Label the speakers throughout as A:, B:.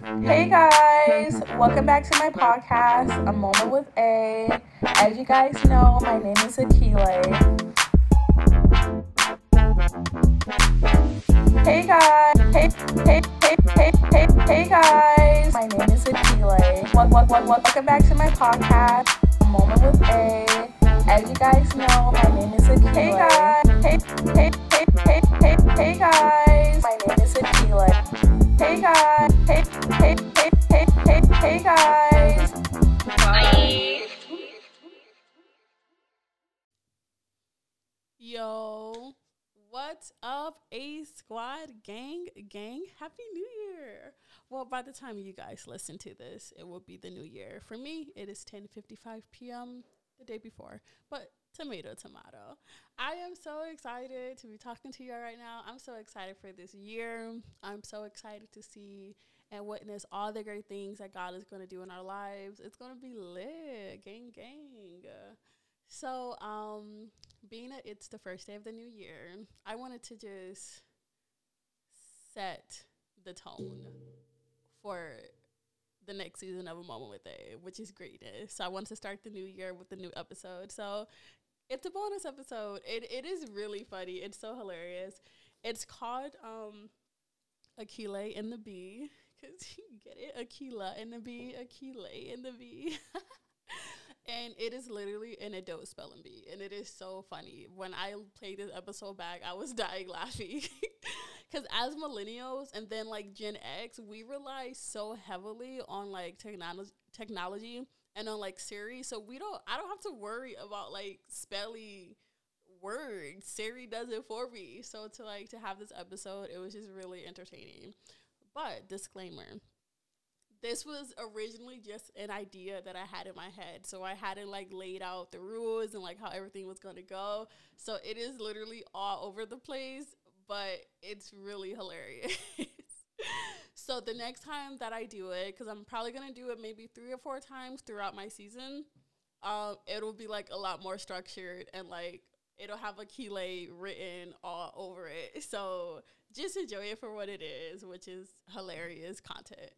A: Hey guys, welcome back to my podcast, A Moment with A. As you guys know, my name is Akile. Hey guys, hey, hey, hey, hey, hey, hey guys, my name is Akile. Wel- wel- wel- Welcome back to my podcast, A Moment with A. As you guys know, my name is Akile. Hey guys, hey, hey, hey, hey, hey, hey guys, my name is Akile. Hey guys, hey, hey, hey, hey, hey, hey guys. Bye.
B: Yo, what's up, A Squad gang? Gang, happy new year. Well, by the time you guys listen to this, it will be the new year. For me, it is 10:55 p.m. the day before. But tomato tomato. I am so excited to be talking to you all right now. I'm so excited for this year. I'm so excited to see and witness all the great things that God is going to do in our lives. It's going to be lit. Gang gang. So, um, being that it's the first day of the new year, I wanted to just set the tone for the next season of A Moment with A, which is greatness. So I wanted to start the new year with a new episode. So it's a bonus episode. It it is really funny. It's so hilarious. It's called um Akile and the Bee. Cause you get it? Aquila and the bee, Akile and the bee. and it is literally an adult spelling bee and it is so funny when i played this episode back i was dying laughing because as millennials and then like gen x we rely so heavily on like technology technology and on like siri so we don't i don't have to worry about like spelling words siri does it for me so to like to have this episode it was just really entertaining but disclaimer this was originally just an idea that I had in my head. So I hadn't like laid out the rules and like how everything was going to go. So it is literally all over the place, but it's really hilarious. so the next time that I do it, because I'm probably going to do it maybe three or four times throughout my season, um, it'll be like a lot more structured and like it'll have a keylay written all over it. So just enjoy it for what it is, which is hilarious content.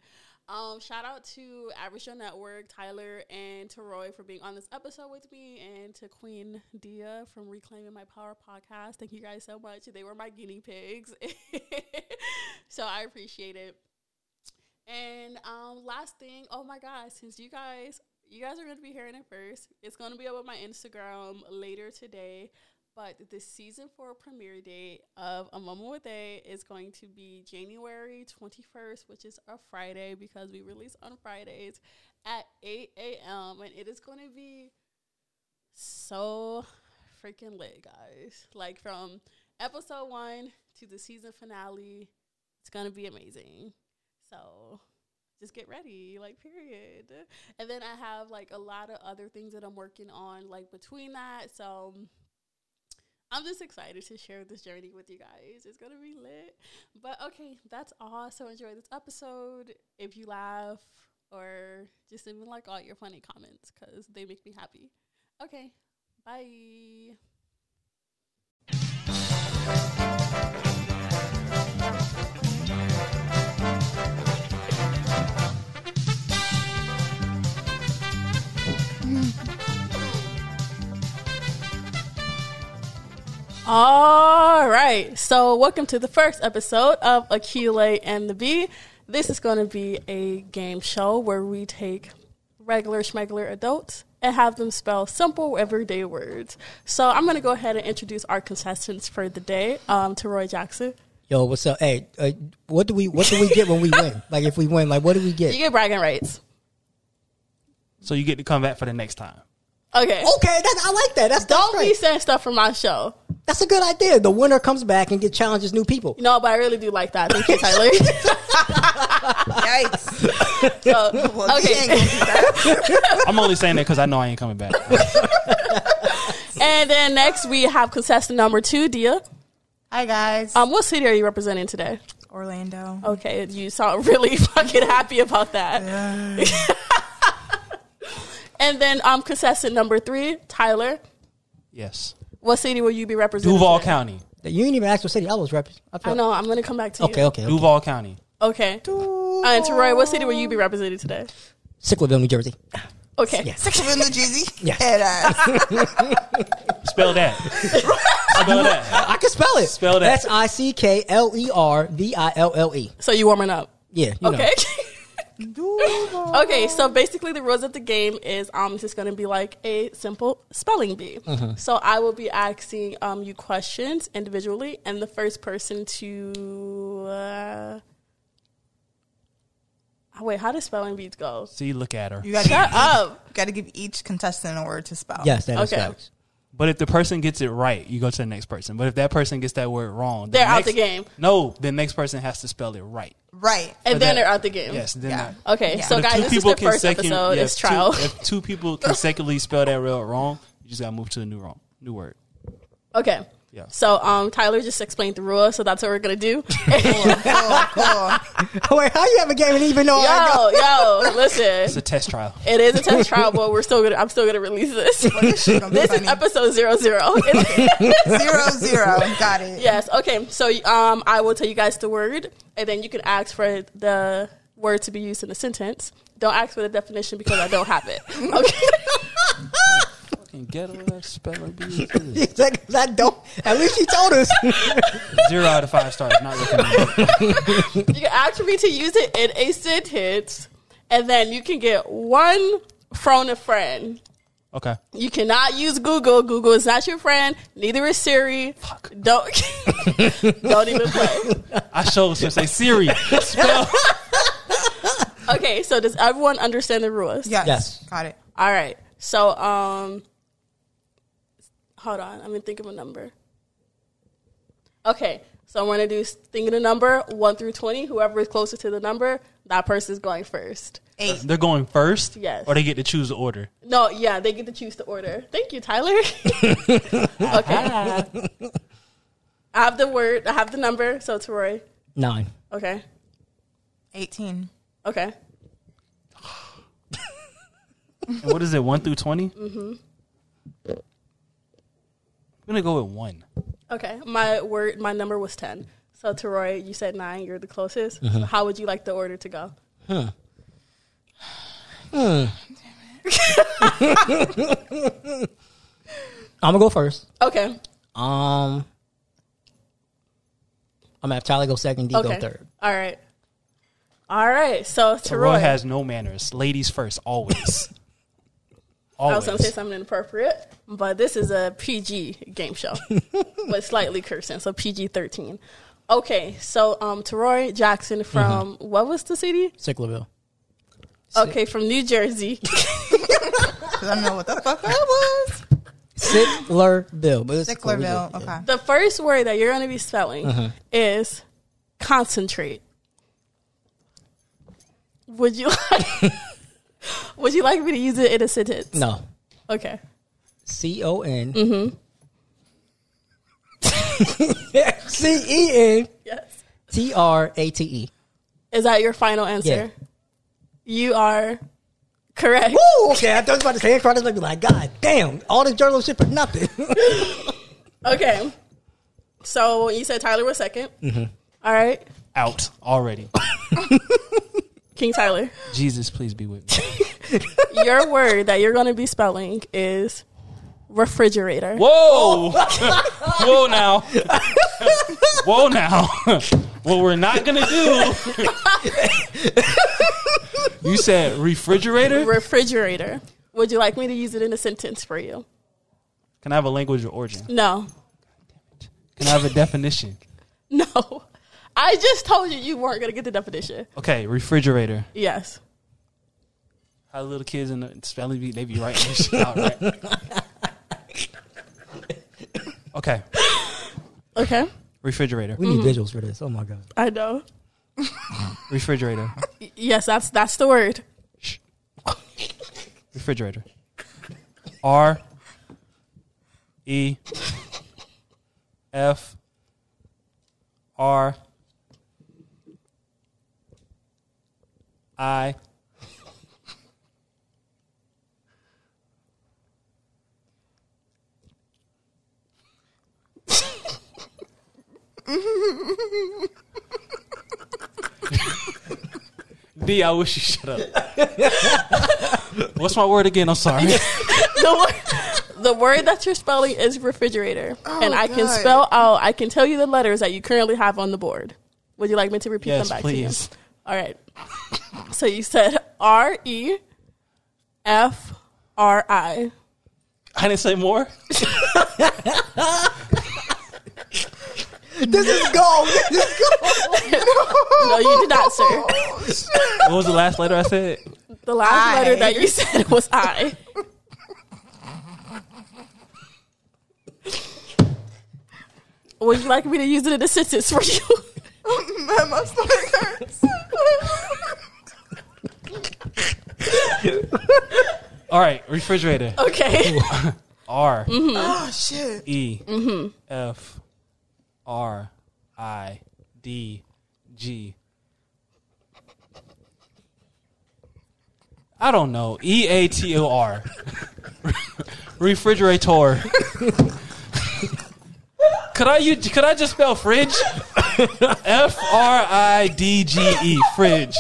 B: Um, shout out to Average Show Network, Tyler, and to Roy for being on this episode with me, and to Queen Dia from Reclaiming My Power podcast. Thank you guys so much. They were my guinea pigs. so I appreciate it. And um, last thing, oh my God, since you guys, you guys are going to be hearing it first. It's going to be up on my Instagram later today. But the season four premiere date of A Moment with A is going to be January 21st, which is a Friday because we release on Fridays at 8 a.m. And it is going to be so freaking lit, guys. Like from episode one to the season finale, it's going to be amazing. So just get ready, like period. And then I have like a lot of other things that I'm working on like between that. So I'm just excited to share this journey with you guys. It's gonna be lit. But okay, that's all. So enjoy this episode. If you laugh or just even like all your funny comments, cause they make me happy. Okay, bye. All right. So, welcome to the first episode of Akile and the Bee. This is going to be a game show where we take regular schmegler adults and have them spell simple everyday words. So, I'm going to go ahead and introduce our contestants for the day um, to Roy Jackson.
C: Yo, what's up? Hey, uh, what do we what do we get when we win? Like if we win, like what do we
B: You
C: get?
B: get bragging rights.
D: So you get to come back for the next time.
B: Okay.
C: Okay, that, I like that. Oh, That's that's,
B: Don't be
C: great.
B: saying stuff from my show.
C: that's a good idea. The winner comes back and get challenges new people.
B: No, but I really do like that. Thank you, Tyler.
E: Yikes.
B: so,
E: Well, she ain't gonna
B: okay.
E: do that.
D: I'm only saying that because I know I ain't coming back.
B: And then next we have contestant number two, Dia.
E: Hi, guys.
B: Um, oh. what city are you representing today?
E: Orlando.
B: Okay, you sound really fucking happy about that. and then um, contestant number three, Tyler.
D: yes.
B: What city will you be representing?
D: Duval
B: today?
D: County.
C: You ain't even ask what city I was representing.
B: I know. I'm gonna come back to
C: Okay,
B: you.
C: okay, okay.
D: Duval County.
B: Okay. Okay. Uh, Teroy, what city will you be representing today?
C: Sickleville, New Jersey.
B: Okay.
E: Sexual in the Jeezy.
C: Yeah.
E: Head
D: Spell that. Spell that.
C: I can spell it.
D: Spell that.
C: That's I C K L E R V I L L E.
B: So you warming up.
C: Yeah. You
B: Okay.
E: ass.
B: okay. So basically, the rules of the game is um, this is going to be like a simple spelling bee.
D: Mm-hmm.
B: So I will be asking um, you questions individually, and the first person to uh, oh, wait, how does spelling bees go?
D: See, look at her.
E: You gotta,
B: Shut
E: give,
B: up.
E: gotta give each contestant a word to spell.
C: Know. Yes, that is
B: Okay.
C: facts.
D: But if the person gets it right, you go to the next person. But if that person gets that word wrong, the
B: They're out
D: next-
B: the game.
D: No, the next person has to spell it right.
E: Right.
B: And then
D: that-
B: they're out the game.
D: Yes, then
E: Yeah.
D: that-
B: Okay.
E: Yeah.
B: So
D: But if
B: guys,
D: two
B: this is
D: people
B: the first
D: consecu-
B: episode.
D: yeah,
B: it's
D: if
B: trial.
D: Two, if two people consecutively spell that word wrong, you just gotta move to the new wrong, new word.
B: Okay.
D: Yeah.
B: So um, Tyler just explained the rules, so that's what we're gonna do.
D: Oh
E: Cool, cool.
C: Wait, how you have a game and even know? I know?
B: yo, yo,
D: It's
B: listen.
D: a test trial.
B: It is a test trial, but we're still gonna. I'm still gonna release this.
E: This shit gonna be
B: This is
E: funny.
B: episode zero zero.
E: zero zero. Got it.
B: yes. Okay. So um, I will tell you guys the word, and then you can ask for the word to be used in the sentence. Don't ask for the definition because I don't have it. Okay.
D: Fucking ghetto ass spelling bee.
C: It's like, that don't. At least she told us.
D: Zero out of five stars. Not recommended.
B: you can ask for me to use it in a sentence, and then you can get one from a friend.
D: Okay.
B: You cannot use Google. Google is not your friend. Neither is Siri.
D: Fuck.
B: Don't don't even play.
D: I showed some say Siri. Spell.
B: Okay, so does everyone understand the rules?
E: Yes.
C: Yes.
E: Got it.
B: All right. So um, hold on. I'm gonna think of a number. Okay, so I'm gonna do s- think of a number one through twenty. Whoever is closer to the number, that person's going first.
E: Eight.
D: They're going first.
B: Yes.
D: Or they get to choose the order.
B: No, yeah, they get to choose the order. Thank you, Tyler. okay. I have the word. I have the number. So it's Roy.
C: Nine.
B: Okay.
E: Eighteen.
B: Okay.
D: And what is it? One through 20 Mm-hmm. I'm gonna go with one.
B: Okay, my word, my number was ten. So Teroy, you said nine. You're the closest. So how would you like the order to go?
C: I'm gonna go first.
B: Okay.
C: Um, I'm gonna have Tyler go second, D
B: Okay.
C: go third.
B: All right. All right. So
D: Roy
B: Teroy,
D: has no manners. Ladies first, always.
B: I was
D: always.
B: gonna say something inappropriate, but this is a PG game show, but slightly cursing. So PG thirteen. Okay. So um, Teroy Jackson from what was the city?
C: Sickleville.
B: Okay, from New Jersey.
E: Cause I don't know what the fuck that was.
C: Sicklerville. But it's cool, we
E: Sicklerville.
C: good.
E: Okay.
C: Yeah.
B: the first word that you're gonna be spelling is concentrate. Would you like Would you like me to use it in a sentence?
C: No.
B: Okay.
C: C O N.
E: Mm-hmm.
C: C E N
B: Yes.
C: T R A T E.
B: Is that your final answer? You are correct.
C: Woo! Okay, I thought I was about to say in front of me, like, God damn, all this journalism for nothing.
B: Okay. So you said Tyler was 2nd All right.
D: out already.
B: King Tyler.
D: Jesus, please be with me.
B: your word that you're gonna be spelling is refrigerator.
D: Whoa! Whoa now! Whoa now! what we're not gonna do? you said refrigerator.
B: Refrigerator. Would you like me to use it in a sentence for you?
D: Can I have a language of origin?
B: No.
D: Can I have a definition?
B: No. I just told you you weren't going to get the definition.
D: Okay, refrigerator.
B: Yes.
D: How little kids in the spelling bee they be writing this shit out, right? Okay,
B: Okay.
D: refrigerator.
C: we
E: Mm-hmm.
C: need visuals for this. Oh my God.
B: I know.
D: Refrigerator.
B: Y- yes, that's that's the word.
D: Shh. Refrigerator. R E F R I D, I wish you shut up. What's my word again? I'm sorry.
B: the word, the word that you're spelling is refrigerator, and I can
E: Oh, God.
B: spell out. I can tell you the letters that you currently have on the board. Would you like me to repeat
D: Yes,
B: them back
D: please.
B: to you? All right. so you said R E F R I.
D: I didn't say more.
C: This is gold. This is gold.
B: No, you did not, sir.
D: What was the last letter I said?
B: The last
E: I.
B: letter that you said was I. Would you like me to use it in a sentence for you?
E: My my stomach hurts.
D: All right, refrigerator.
B: Okay.
D: R
E: oh shit.
D: E F R I D G. I don't know. E A T O R. Refrigerator. could I you could I just spell fridge? F R I D G E fridge.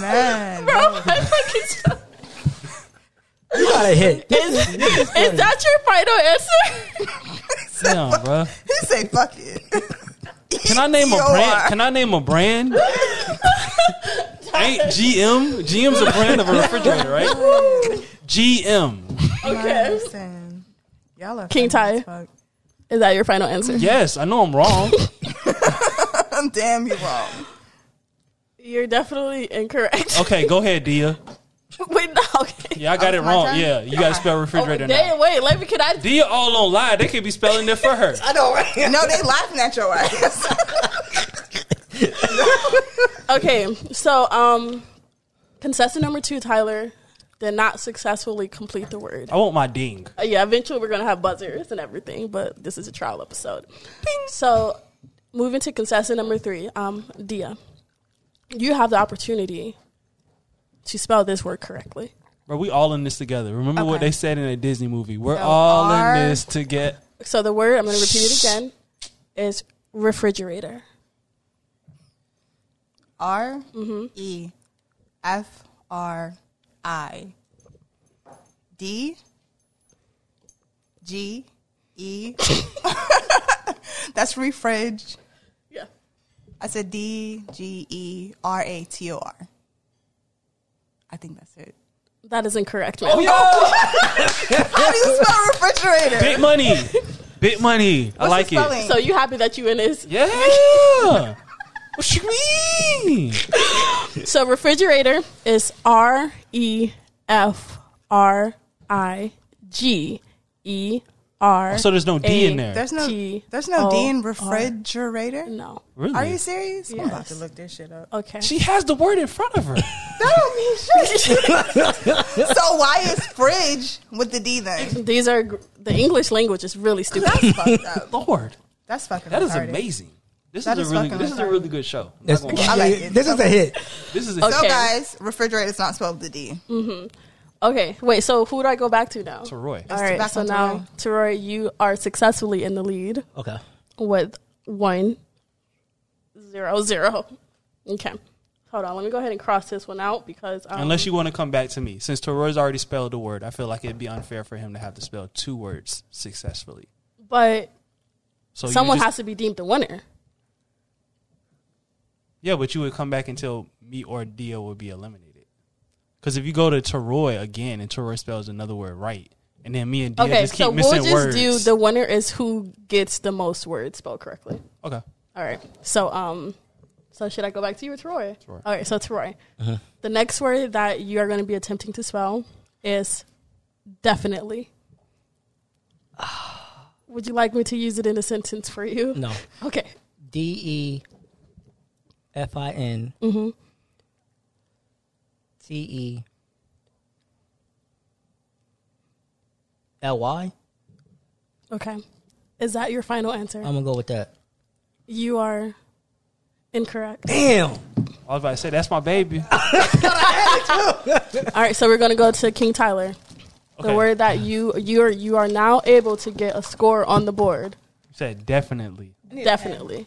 E: Man.
C: You got a hit. This
B: Is, is that your final answer?
D: Damn, bruh.
E: He say fuck it.
D: Can I name a
E: Yo, I-
D: brand? Can I name a brand? Ain't GM? GM's a brand of a refrigerator, right? GM.
E: I understand. Y'all are
B: King
E: funny as
B: Ty.
E: fuck.
B: Is that your final answer?
D: Yes, I know I'm wrong.
E: Damn you wrong.
B: You're definitely incorrect.
D: Okay, go ahead, Dia.
B: wait, no, okay.
D: Yeah, I got it
E: Oh, my
D: wrong.
E: turn?
D: Yeah, you got to spell
B: Oh,
D: refrigerator now.
B: damn, wait, let me, can I?
D: Dia all online. They could be spelling it for her.
C: I know, right?
E: No, they laughing at your ass.
B: Okay, so, um, contestant number two, Tyler, did not successfully complete the word.
D: I want my ding.
B: Uh, yeah, eventually we're gonna have buzzers and everything, but this is a trial episode. So, moving to contestant number three, um, Dia, you have the opportunity to spell this word correctly.
D: Bro, we all in this together. Remember what
E: Okay.
D: they said in a Disney movie. We're all
E: are-
D: in this together.
B: So the word I'm gonna repeat it again is refrigerator.
E: R
B: Mm-hmm.
E: E F R I D G E. That's refrigerator.
B: Yeah.
E: I said D G E R A T O R. I think that's it.
B: That is incorrect,
D: Oh,
B: man.
E: How do you spell refrigerator?
D: Big money. Big money. I like
E: the
D: it.
E: spelling?
B: So you happy that you in this?
D: Yeah. What you mean?
B: So refrigerator is R E F R I G E R.
D: So there's no D in there.
E: There's no,
B: T
E: there's no D in
B: O R.
E: refrigerator.
B: No.
D: Really?
E: Are you serious? I'm about
B: Yes.
E: to look this shit up.
B: Okay.
D: She has the word in front of her.
E: That don't mean shit. so why is fridge with the D then?
B: These are gr- the English language is really stupid.
E: That's fucked up.
D: Lord,
E: That's fucking.
D: that is
E: retarded.
D: amazing. This
E: That
D: is
E: is
D: a really
E: fucking
D: this is a
E: retarded.
D: really good show. I'm not
C: This,
D: gonna lie.
E: I like it.
C: this is a hit.
D: This is a
E: So
B: Okay.
E: guys, refrigerator is not spelled with the D.
B: Okay, wait. So who do I go back to now?
D: for Roy.
B: All
E: back
B: right. So
E: on to
B: now,
E: Roy.
B: Teroy, you are successfully in the lead
C: Okay.
B: with one zero zero. Okay. Hold on. Let me go ahead and cross this one out because um,
D: Unless you want to come back to me, since Toroy's already spelled the word, I feel like it'd be unfair for him to have to spell two words successfully.
B: but
D: So
B: someone
D: you
B: has
D: just,
B: to be deemed the winner.
D: yeah, but you would come back until me or Dio would be eliminated. Because if you go to Toroy again and Toroy spells another word right, and then me and Dio
B: okay.
D: just keep
B: So we'll
D: missing
B: just
D: words.
B: do the winner is who gets the most words spelled correctly.
D: okay,
B: All right. So um, so should I go back to you or Troy?
D: Troy.
B: All right. So Troy, the next word that you are going to be attempting to spell is definitely. Would you like me to use it in a sentence for you?
C: No.
B: Okay.
C: D E F I N T E L Y.
B: Okay. Is that your final answer?
C: I'm gonna go with that.
B: you are incorrect.
C: Damn.
D: I was about to say that's my baby.
B: All right. So we're going to go to King Tyler.
D: Okay.
B: The word that you you are you are now able to get a score on the board.
D: said definitely.
B: Definitely.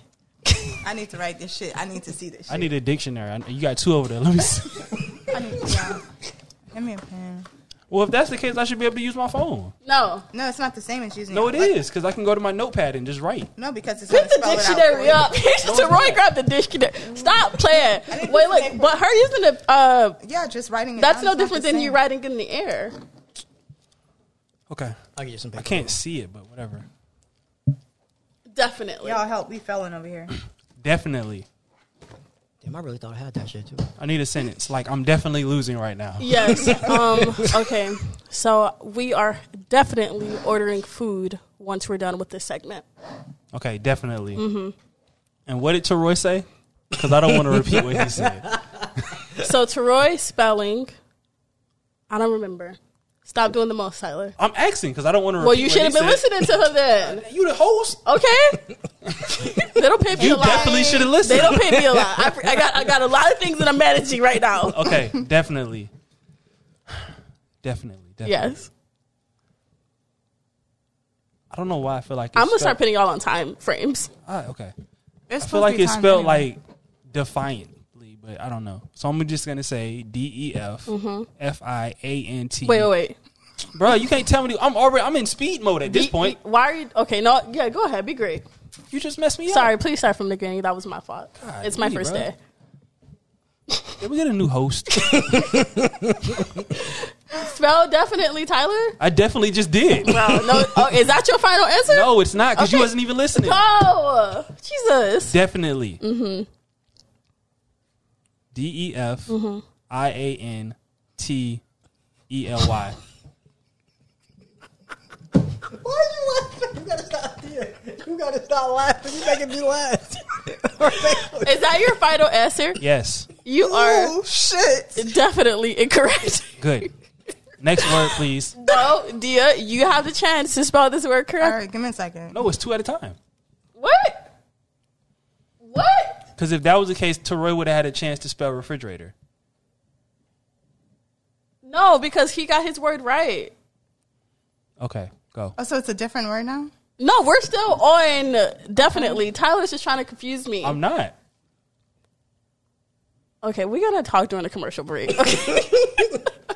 E: I need to write this shit. I need to see this shit.
D: I need a dictionary. I, you got two over there. Let me see.
E: I need yeah. Give me a pen.
D: Well, if that's the case, I should be able to use my phone.
B: No.
E: No, it's not the same as using
D: No,
E: it
D: it is because I can go to my notepad and just write.
E: No, because it's
B: Pick
E: gonna
B: the
E: spell it out for
B: dictionary
E: you.
B: up. Roy grabbed the dictionary. Stop playing.
E: didn't do
B: Wait,
E: the
B: look,
E: same
B: but her using the uh,
E: Yeah, just writing it
B: that's
E: down
B: no
E: is not
B: different
E: the
B: than you
E: same.
B: writing in the air.
D: Okay.
C: I'll get you some paper.
D: I can't see it, but whatever.
B: Definitely.
E: Y'all help, we felon over here.
D: Definitely.
C: Damn, I really thought I had that shit too.
D: I need a sentence. Like, I'm definitely losing right now.
B: Yes. Um, okay. So we are definitely ordering food once we're done with this segment.
D: Okay, definitely. And what did Teroy say? Because I don't want to repeat what he said.
B: So Teroy spelling, I don't remember. Stop doing the most, Tyler.
D: I'm asking because I don't want to repeat
B: Well, you
D: what
B: should have
D: he
B: been
D: said.
B: listening to her then.
D: You the host?
B: Okay. they don't pay me a
D: You
B: lot.
D: definitely should have
B: They
D: listened.
B: don't pay me a lot. I, I got I got a lot of things that I'm managing right now.
D: Okay, definitely. definitely. Definitely.
B: Yes.
D: I don't know why I feel like it's
B: I'm gonna start
D: spelled-
B: putting y'all on time frames.
D: Ah, okay.
E: It's
D: I feel like it's spelled like defiantly, but I don't know. So I'm just gonna say D E F F I A N T.
B: Mm-hmm. Wait, wait, wait.
D: bro, you can't tell me. I'm already. I'm in speed mode at this
B: Be-
D: point.
B: why are you okay? No, yeah, go ahead. Be great.
D: You just messed me
B: Sorry,
D: up.
B: please start from the beginning. That was my fault.
D: God,
B: it's my
D: really,
B: first
D: Ah, bro.
B: day.
D: Sorry. We get a new host.
B: Spell definitely, Tyler.
D: I definitely just did.
B: Wow. No, oh, is that your final answer?
D: No, it's not because you
B: Okay.
D: wasn't even listening.
B: Oh, Jesus.
D: Definitely. Mm-hmm. D E F I A N T E L Y.
C: Why are you laughing? You gotta stop here. You gotta stop laughing. You making me laugh.
B: Is that your final answer?
D: Yes.
B: You
E: Oh
B: are
E: shit.
B: definitely incorrect.
D: Good. Next word, please.
B: No, Dia, you have the chance to spell this word
E: All
B: correct.
E: right, give me a second.
D: No, it's two at a time.
B: What? What?
D: Because if that was the case, Teroy would have had a chance to spell refrigerator.
B: No, because he got his word right.
D: Okay, go.
E: Oh, so it's a different word now?
B: No, we're still on definitely. Tyler's just trying to confuse me.
D: I'm not.
B: okay, we're gonna talk during the commercial break. Okay.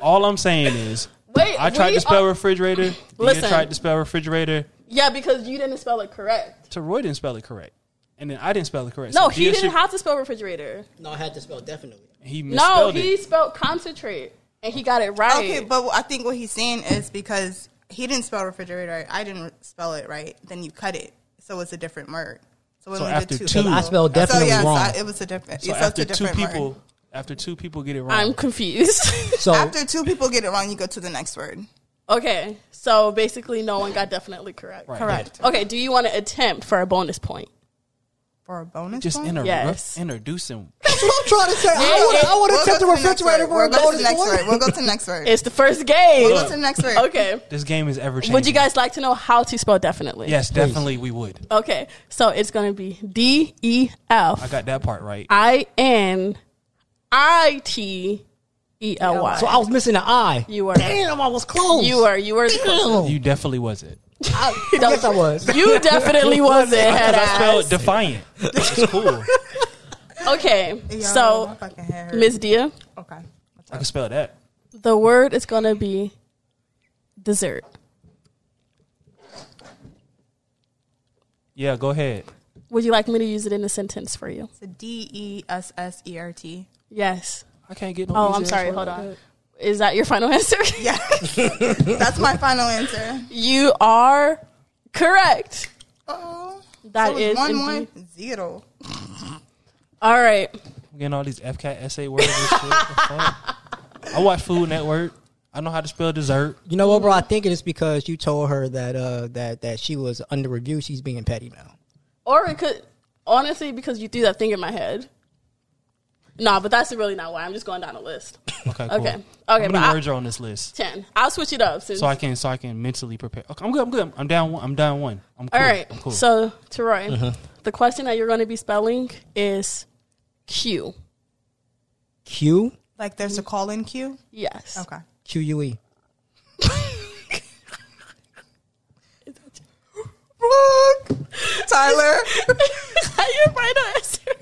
D: All I'm saying is,
B: Wait,
D: I tried
B: we
D: to spell
B: are-
D: refrigerator. Listen.
B: Listen.
D: tried to spell refrigerator.
B: Yeah, because you didn't spell it correct.
D: Teroy didn't spell it correct. And then I didn't spell it correct.
B: No,
D: So
B: he
D: Dia
B: didn't
D: should-
B: have to spell refrigerator.
C: no, I had to spell definitely.
D: He
B: No,
D: misspelled
B: he
D: it.
B: spelled concentrate, and he got it right.
E: Okay, but I think what he's saying is because he didn't spell refrigerator, right, I didn't spell it right. Then you cut it, so it's a different word. So, we
D: So
E: only
D: after
E: did
D: two-
E: people.
D: I
C: spelled definitely
E: so, yeah,
C: wrong.
E: So I, it was a different.
D: So
E: it's
D: after
E: a
D: two
E: different
D: people,
E: Word.
D: after two people get it wrong,
B: I'm confused.
C: So
E: After two people get it wrong, you go to the next word.
B: okay, so basically, no one got definitely correct.
D: Right.
E: Correct.
B: Okay, do you want to attempt for a bonus point?
E: For a bonus,
D: just
E: point?
D: inter-
B: Yes.
D: introducing.
C: that's what I'm trying to say.
B: Yeah,
C: I
B: yeah.
C: want to
E: We'll
C: accept the
E: go to next
C: refrigerator
E: word.
C: for
E: We'll
C: a
E: go to the
C: bonus
E: next word.
C: point.
E: We'll go to the next word.
B: It's the first game.
E: We'll go to the next word.
B: Okay.
D: This game is ever changing.
B: Would you guys like to know how to spell definitely?
D: Yes, definitely we would.
B: Okay, so it's going to be D E
D: I
B: F
D: got that part right.
B: I N I T E L
C: So
B: Y.
C: I was missing an eye.
B: You were.
C: Damn, I was close.
B: You are. You were. the closest.
C: Damn.
D: You definitely was it.
C: I, yes, I was.
B: You definitely wasn't. Head
D: Because I spelled
B: ass.
D: defiant. It's cool.
B: Okay,
E: Yo, my
B: so
E: fucking hair hurt.
B: Ms. Dia,
E: okay.
D: I can spell that.
B: the word is going to be dessert.
D: Yeah, go ahead.
B: Would you like me to use it in a sentence for you?
E: It's a D E S S E R T.
B: Yes.
D: I can't get no
B: Oh,
D: easy
B: I'm
D: ass
B: sorry.
D: word
B: Hold
D: like
B: on.
D: that.
B: Is that your final answer?
E: Yeah, that's my final answer.
B: You are correct.
E: Oh,
B: That
E: so
B: is
E: it's one
B: indeed-
E: one zero.
B: All right.
D: I'm getting all these FCAT essay words and shit. The fuck? I watch Food Network. I know how to spell dessert.
C: You know what, bro? I think it is because you told her that uh that that she was under review. She's being petty now.
B: Or it could honestly because you threw that thing in my head. No, but that's really not why. I'm just going down a list.
D: Okay, cool.
B: Okay. Okay, but
D: How
B: I-
D: many words are on this list?
B: Ten. I'll switch it up. Since,
D: So I can so I can mentally prepare. Okay, I'm good. I'm good. I'm down. One, I'm down one. I'm cool.
B: All right.
D: I'm cool.
B: So, Teroy, the question that you're going to be spelling is Q.
C: Q
E: Like there's a call in queue.
B: Mm. Yes.
E: Okay.
C: Q U E.
E: Brooke, Tyler.
B: Is that your final answer?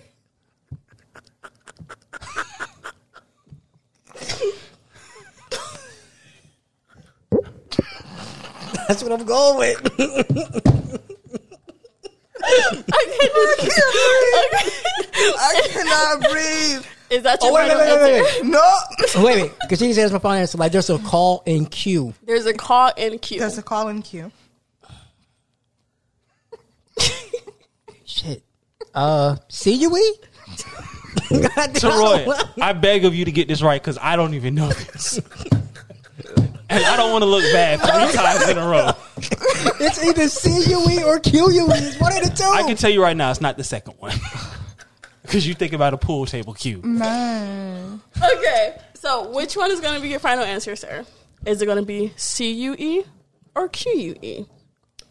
C: That's what I'm going with.
E: I cannot breathe.
B: Is that your
C: Oh, wait, wait,
B: final
C: wait,
B: answer?
C: wait, wait.
E: No.
C: Oh, wait, wait. Because she says my final answer. Like, there's a call in queue.
B: There's a call in queue.
E: There's a call in queue.
C: Shit. Uh, see you, we?
D: Taroy, I beg of you to get this right because I don't even know this. and I don't want to look bad three times in a row.
C: It's either see you, we or kill you, we. It's one of the two.
D: I can tell you right now, it's not the second one. Because you think about a pool table cue.
B: Okay. So which one is going to be your final answer, sir? Is it going to be C U E or Q U E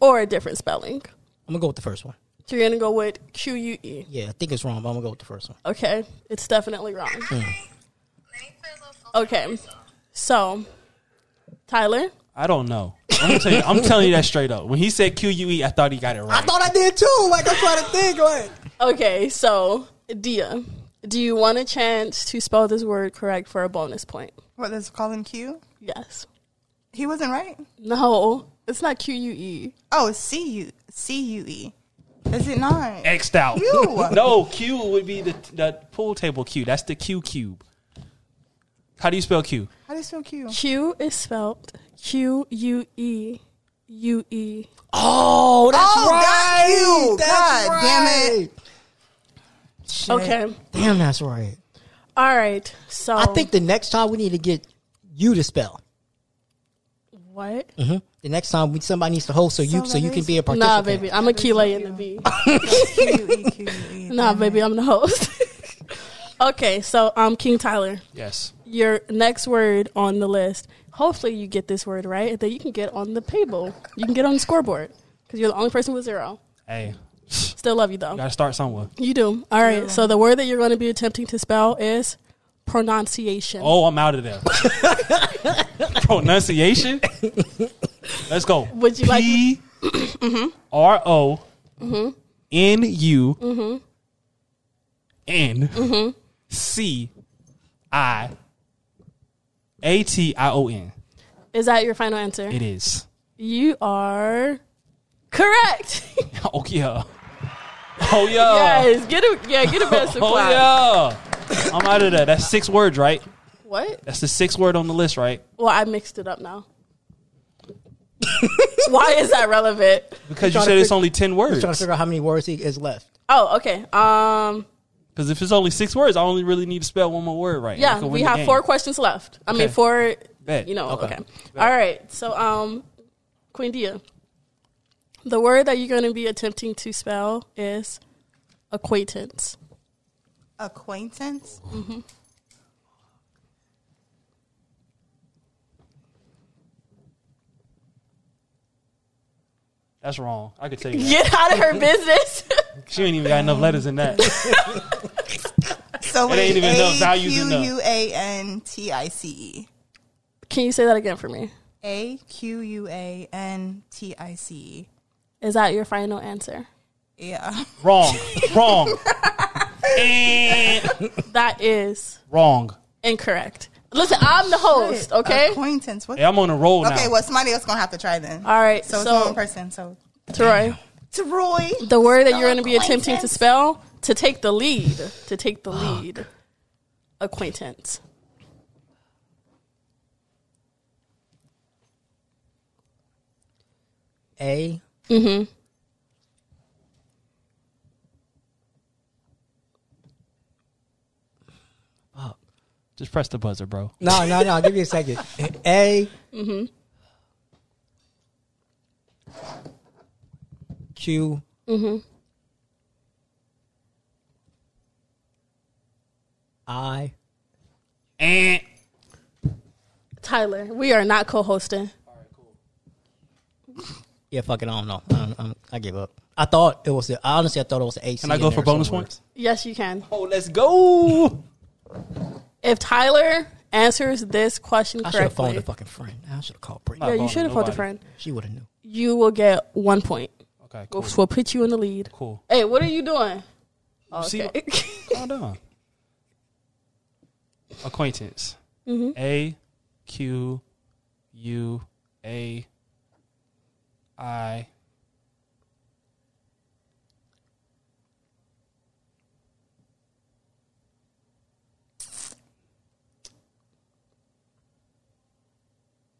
B: or a different spelling?
C: I'm gonna go with the first one.
B: So you're going to go with Q U E.
C: Yeah, I think it's wrong, but I'm gonna go with the first one.
B: Okay. It's definitely wrong. Okay. So, Tyler,
D: I don't know. I'm, gonna tell you, I'm telling you that straight up. When he said QUE, I thought he got it right.
C: I thought I did too. Like I'm trying to think. Like
B: Okay, so Dia, do you want a chance to spell this word correct for a bonus point?
E: What, there's a call in queue?
B: Yes.
E: He wasn't right.
B: No, it's not Q U E.
E: Oh, C U C U E. Is it not?
D: X'd out.
E: Ew.
D: No, Q would be the, the pool table cue. That's the Q cube. How do you spell Q?
E: How do you spell Q?
B: Q is spelled Q U E U E.
C: oh, that's
E: Oh, got you. God damn
C: it.
B: Okay.
C: Damn, that's right.
B: All right. So
C: I think the next time we need to get you to spell.
B: what?
D: Mm-hmm.
C: The next time we, somebody needs to host, so you so you can be a participant.
B: Nah, baby. I'm a Keeley in the B.
E: Q U E Q U E.
B: Nah, baby. I'm the host. okay, so um, King Tyler,
D: Yes.
B: your next word on the list. Hopefully, you get this word right, and then you can get on the table. You can get on the scoreboard because you're the only person with zero.
D: Hey,
B: Still love you though.
D: gotta start somewhere.
B: You do. All right. So the word that you're going to be attempting to spell is pronunciation.
D: Oh, I'm out of there. Pronunciation. Let's go.
B: Would you like-
D: P R O N U N C I A T I O N.
B: Is that your final answer?
D: It is.
B: You are correct.
D: Oh yeah. Oh yeah.
B: yes. Get a yeah. Get a best
D: Oh
B: supply.
D: yeah. I'm out of there. That's six words, right?
B: What?
D: That's the sixth word on the list, right?
B: Well, I mixed it up now. Why is that relevant?
D: Because you
C: Trying to
D: said it's
C: fig-
D: only ten
C: I'm
D: words.
C: trying to figure out how many words he is left.
B: Oh, okay. Um,
D: Because if it's only six words, I only really need to spell one more word right. and I
B: yeah,
D: can
B: we
D: win the
B: have
D: game.
B: four questions left. I mean,
D: Okay.
B: four.
D: Bet.
B: You know.
D: Okay.
B: Okay. All right. So, um, Queen Dia, the word that you're going to be attempting to spell is acquaintance.
E: Acquaintance.
D: That's wrong. I could tell you. That.
B: Get out of her business.
D: She ain't even got enough letters in that.
E: So
D: It ain't even enough values
E: A Q
D: enough.
E: U A N T I C E.
B: Can you say that again for me?
E: A Q U A N T I C
B: Is that your final answer?
E: E. Yeah.
D: wrong. Wrong. and
B: That is
D: wrong.
B: incorrect. Listen, I'm the host. Okay.
E: Acquaintance. What?
D: Hey, I'm on a roll now.
E: Okay, well, somebody else gonna have to try then.
B: All right.
E: So,
B: So,
E: it's one person. So
B: Troy,
E: to Roy.
B: the word that you're going to be attempting to spell to take the lead, to take the lead, acquaintance.
C: A
D: Just press the buzzer, bro.
C: no no no. Give me a second. A
B: Mm-hmm.
C: Q
B: Mm-hmm.
C: I
D: And
B: Tyler, we are not co-hosting.
C: yeah. Fuck it. I don't know. I, don't, I, don't- I give up. I thought it was. The, I honestly, I thought it was the AC.
D: can I
C: in
D: go
C: there
D: for bonus
C: somewhere.
D: points?
B: Yes, you can.
D: Oh, let's go.
B: If Tyler answers this question
C: I should have
B: correctly,
C: phoned a fucking friend. I should have called
B: yeah,
C: Brittany.
B: you should have phoned a
D: Nobody.
B: friend.
C: She would have knew.
B: You will get one point.
D: Okay,
B: We'll,
D: cool.
B: we'll put you in the lead.
D: Cool.
B: Hey, what are you doing? Oh,
D: see
B: okay.
D: Calm down. Acquaintance.
B: Mm-hmm.
D: A Q U A I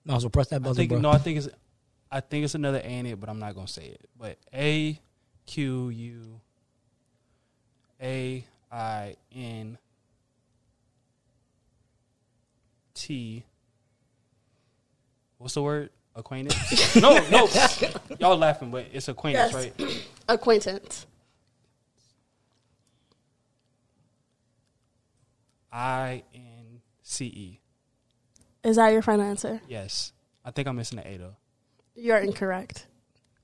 C: No, so press that
D: I
C: button,
D: think
C: bro.
D: no, I think it's I think it's another A in it, but I'm not gonna say it. But A Q U A I N T. What's the word? Acquaintance? no, no. Y'all laughing, but it's acquaintance,
B: Yes.
D: right?
B: Acquaintance.
D: I N C E.
B: Is that your final answer?
D: Yes. I think I'm missing an A though.
B: You're incorrect.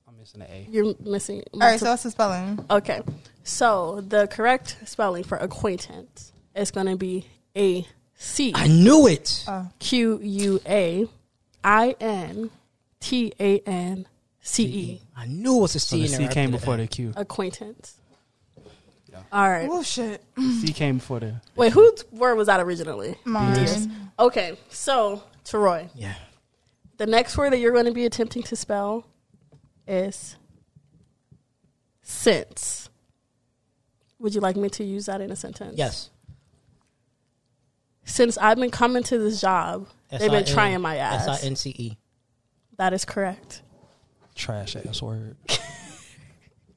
D: I'm missing an A.
B: You're missing.
E: All right, so what's the spelling?
B: okay. So the correct spelling for acquaintance is going to be A C
C: I knew it.
B: Uh. Q U A I N T A N C E.
C: I knew it was a C.
D: So the
C: in there
D: C
C: after
D: came
C: that.
D: before the Q.
B: Acquaintance. All right.
E: Oh shit,
D: C came before the
B: Wait, whose word was that originally?
C: Mm.
E: mine.
B: Okay, so Teroy,
C: Yeah.
B: the next word that you're going to be attempting to spell is since. Would you like me to use that in a sentence?
C: Yes.
B: Since I've been coming to this job, they've been
C: S I N-
B: trying my ass.
C: S I N C E.
B: That is correct.
D: trash ass word.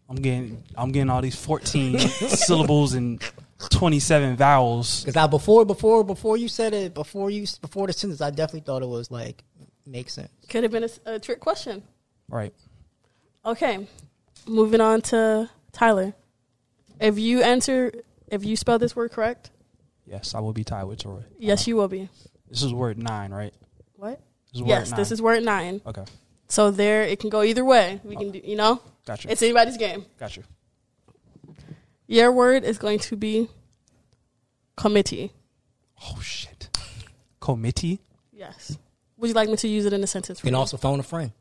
D: I'm getting I'm getting all these 14 syllables and 27 vowels.
C: Because I before before before you said it before you before the sentence I definitely thought it was like makes sense.
B: Could have been a s a a trick question.
D: Right.
B: Okay, moving on to Tyler. If you answer, if you spell this word correct,
D: Yes, I will be tied with Troy.
B: yes, you will be.
D: This is word nine, right?
B: What?
D: This is
B: Yes, this is word nine.
D: Okay.
B: So there, it can go either way. We can do, you know,
D: Got you.
B: it's anybody's game.
D: Got you.
B: Your word is going to be committee.
D: Oh shit. Committee?
B: Yes. Would you like me to use it in a sentence?
C: You can also phone a friend.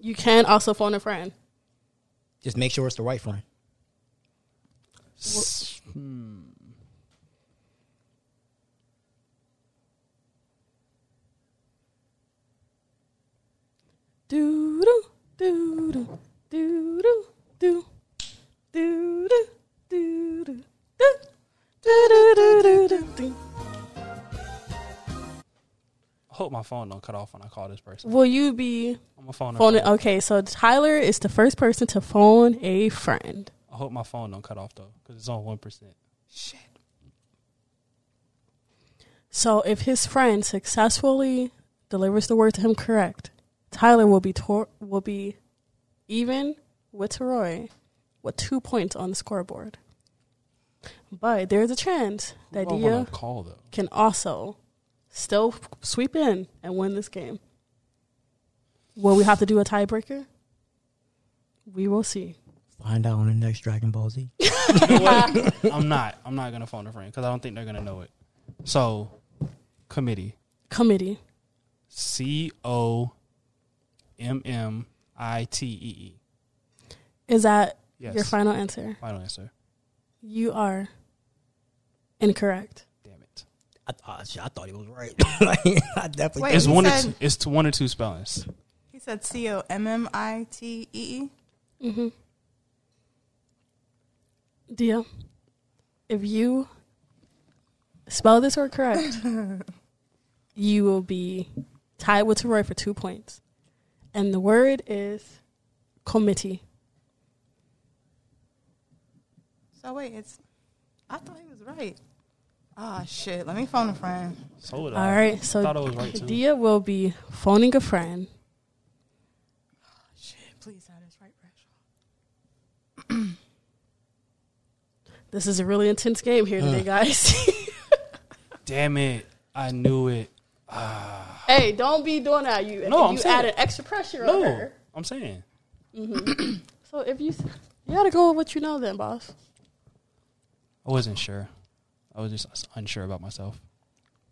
B: you can also phone a friend.
C: Just make sure it's the right friend.
D: S- hmm.
B: Do do do do do do do do do do do do do do do.
D: I hope my phone don't cut off when I call this person.
B: Will you be
D: I'm gonna phone,
B: phoning?
D: up.
B: Okay, so Tyler is the first person to phone a friend.
D: I hope my phone don't cut off though, because it's on one percent.
B: So if his friend successfully delivers the word to him correct, Tyler will be tor- will be even with Teroy with two points on the scoreboard. But there's a chance
D: I
B: that
D: want
B: Dia
D: to call though.
B: can also still f- sweep in and win this game. Will we have to do a tiebreaker? We will see.
C: Find out on the next Dragon Ball Z.
D: You know what? I'm not. I'm not gonna phone a friend because I don't think they're gonna know it. So, committee.
B: Committee.
D: C O M M I T E E.
B: Is that
D: Yes.
B: your final answer?
D: Final answer.
B: You are incorrect.
D: Damn it.
C: I, I, shit, I thought he was right. Like, I definitely.
E: Wait.
D: It's
E: he
D: one or two,
E: said-
D: it's one or two spellings.
E: He said C O M M I T E E.
B: Dia, if you spell this word correct, you will be tied with Teroy for two points. And the word is committee.
E: So wait, it's. I thought he was right. Ah shit, let me phone a friend.
D: So would
B: All
D: I.
B: right,
D: I
B: so
D: thought I was right too.
B: Dia will be phoning a friend.
E: Shit, please have this right, Rachel.
B: This is a really intense game here today, guys.
D: Damn it. I knew it.
B: hey, don't be doing that. You,
D: No, I'm
B: you
D: saying-
B: added extra pressure on
D: No.
B: her.
D: I'm saying.
B: So if you, s- you gotta go with what you know, then, boss.
D: I wasn't sure. I was just unsure about myself.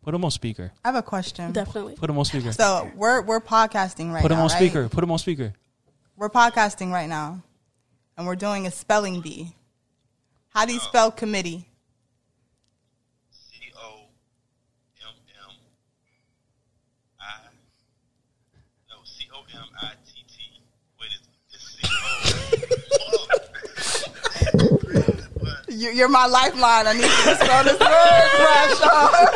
D: Put him on speaker.
E: I have a question.
B: Definitely.
D: Put him on speaker.
E: So we're we're podcasting right
D: Put
E: now.
D: him on
E: right?
D: speaker. Put him on speaker.
E: We're podcasting right now, and we're doing a spelling bee. How do you spell committee?
F: C O M M I. No, C O M I T T. Wait, is
E: you, you're my lifeline. I need you to spell this word, Crashaw.
F: Oh,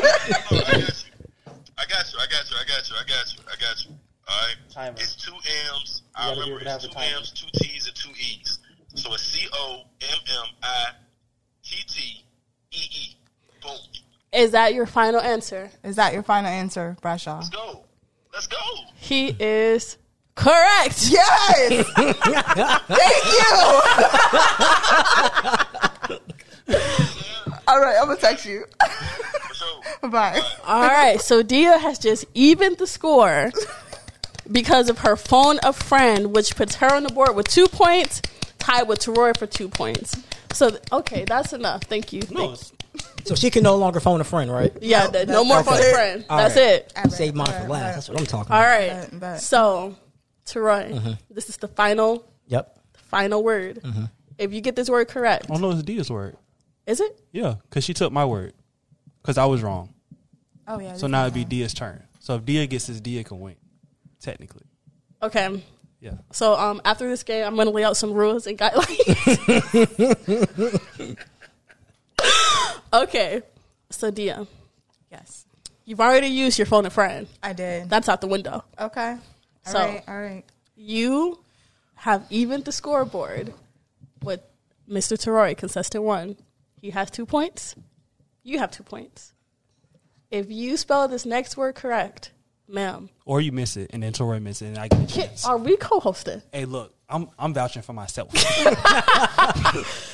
F: I got you. I got you. I got you. I got you. I got you. I got you. All right.
C: Timer.
F: It's two M's.
C: You
F: I
C: gotta be
F: remember
C: able to
F: it's
C: have
F: two
C: a timer.
F: M's, two T's, and two E's. So it's C O M M I T T E E. Boom.
B: Is that your final answer?
E: Is that your final answer, Brashaw?
F: Let's go. Let's go.
B: He is correct.
E: Yes! Thank you! All right, I'm gonna text you.
F: For sure.
E: Bye.
B: All right, so Dia has just evened the score because of her phone a friend, which puts her on the board with two points, tied with Teroy for two points. So, th- okay, that's enough. Thank you. Thank-
C: So she can no longer phone a friend, right?
B: yeah, th- no more phone a
E: it.
B: friend.
C: All
B: that's
C: right.
B: it.
C: Save mine for last. That's what I'm talking
B: All
C: about.
B: right.
E: Bet, bet.
B: So, Teroy,
C: Mm-hmm.
B: this is the final,
C: Yep.
B: final word.
C: Mm-hmm.
B: If you get this word correct,
D: Oh no, it's Dia's word.
B: is it?
D: Yeah, because she took my word. Because I was wrong.
E: Oh yeah.
D: So now it'd be Dia's turn. So if Dia gets this, Dia can win. Technically.
B: Okay.
D: Yeah.
B: So, um, after this game, I'm going to lay out some rules and guidelines. okay. So, Dia,
E: yes.
B: you've already used your phone and friend.
E: I did.
B: That's out the window.
E: okay. All
B: So-
E: right, All right.
B: You have evened the scoreboard with Mr. Terori, contestant one. He has two points. You have two points. If you spell this next word correct, ma'am,
D: Or you miss it and then Torrey misses it and I get a
B: ki-
D: chance.
B: are we co hosting?
D: Hey, look, I'm I'm vouching for myself.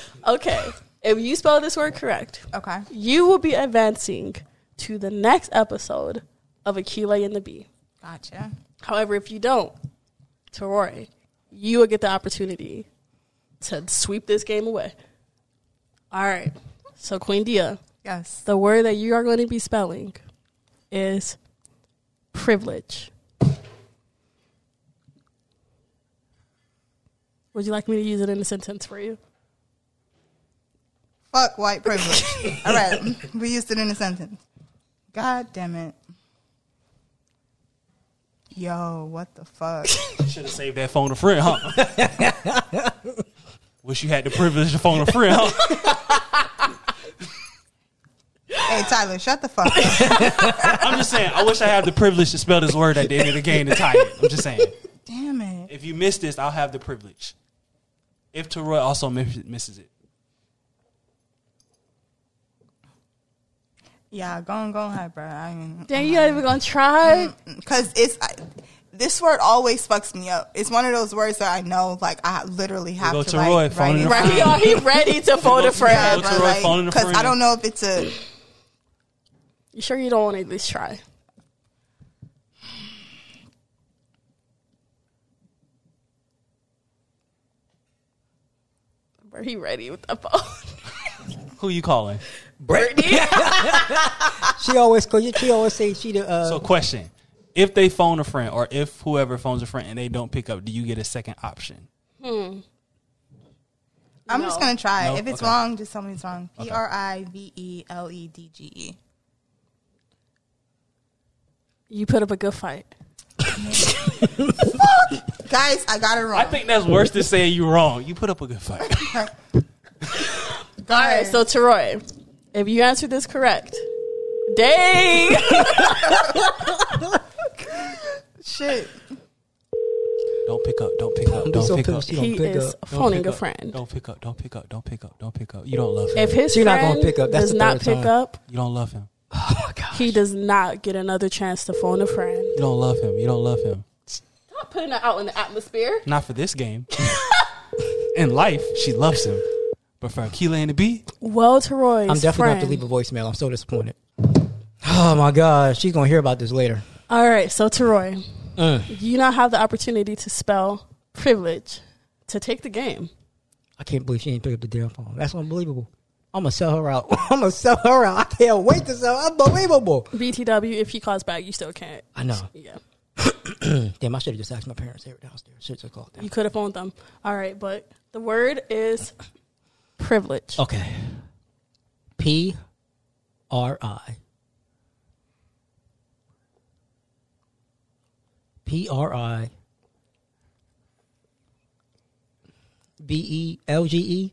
B: Okay. If you spell this word correct,
E: Okay.
B: you will be advancing to the next episode of Aquila and the Bee.
E: Gotcha.
B: However, if you don't, Terori, you will get the opportunity to sweep this game away. All right. So, Queen Dia,
E: Yes.
B: the word that you are going to be spelling is privilege. Would you like me to use it in a sentence for you?
E: Fuck white privilege. All right. We used it in a sentence. God damn it. Yo, what the fuck?
D: Should have saved that phone a friend, huh? Wish you had the privilege to phone a friend, huh?
E: hey Tyler, shut the fuck up.
D: I'm just saying, I wish I had the privilege to spell this word at the end of the game to tie it. I'm just saying.
E: Damn it.
D: If you miss this, I'll have the privilege. If Teroy also miss- misses it.
E: Yeah, go on, go on, hi, bro. I mean,
B: Dang, you're not even going to try?
E: because it's I, this word always fucks me up. It's one of those words that I know, like I literally have
D: go
E: to,
D: to
E: like,
D: Roy,
E: write
D: phone in
E: it
D: a
B: Right,
E: down.
B: he, are- he ready to fold a
D: Yeah,
B: friend.
D: Go to Roy, phone in a
E: because I
D: friend.
E: don't know if it's a
B: You sure you don't want to at least try? Are he ready with the phone?
D: Who you calling?
C: She always call you. She always say she the. Uh,
D: So, question: If they phone a friend, or if whoever phones a friend and they don't pick up, do you get a second option?
E: I'm just
B: No.
E: gonna try.
D: No?
E: it. If it's
D: Okay.
E: wrong, just tell me it's wrong. P R I V E L E D G E.
B: You put up a good fight.
E: Guys, I got it wrong.
D: I think that's worse than saying you wrong. You put up a good fight.
B: All right, so Teroy, if you answer this correct, dang,
E: shit.
D: Don't pick up. Don't pick up.
C: I'm so
D: Don't pick up.
C: pissed she don't
B: he
C: pick
B: is
C: up.
D: Don't
B: phoning
D: pick
B: a
D: up.
B: friend.
D: Don't pick up. Don't pick up. Don't pick up. Don't pick up. You don't love him.
B: If his
C: She not
B: friend
C: gonna pick up. That's
B: does
C: the
B: not
C: third
B: pick
C: time.
B: up,
D: you don't love him.
B: he does not get another chance to phone a friend.
D: You don't love him. You don't love him.
B: Stop putting it out in the atmosphere.
D: Not for this game. In life, she loves him, but for Akila and the Bee,
B: Well, Teroy's
C: I'm definitely going
B: friend.
C: to leave a voicemail. I'm so disappointed. Oh my god, she's gonna hear about this later.
B: All right, so Teroy,
C: Mm.
B: you now have the opportunity to spell privilege to take the game.
C: I can't believe she didn't pick up the damn phone. That's unbelievable. I'm gonna sell her out. I'm gonna sell her out. I can't wait to sell. Unbelievable.
B: BTW, if he calls back, you still can't.
C: I know.
B: Yeah,
C: Damn, I should have just asked my parents. They were downstairs. Shit's o'clock.
B: you could have phoned them. All right, but the word is privilege.
C: Okay. P R I. P R I. B E L G E.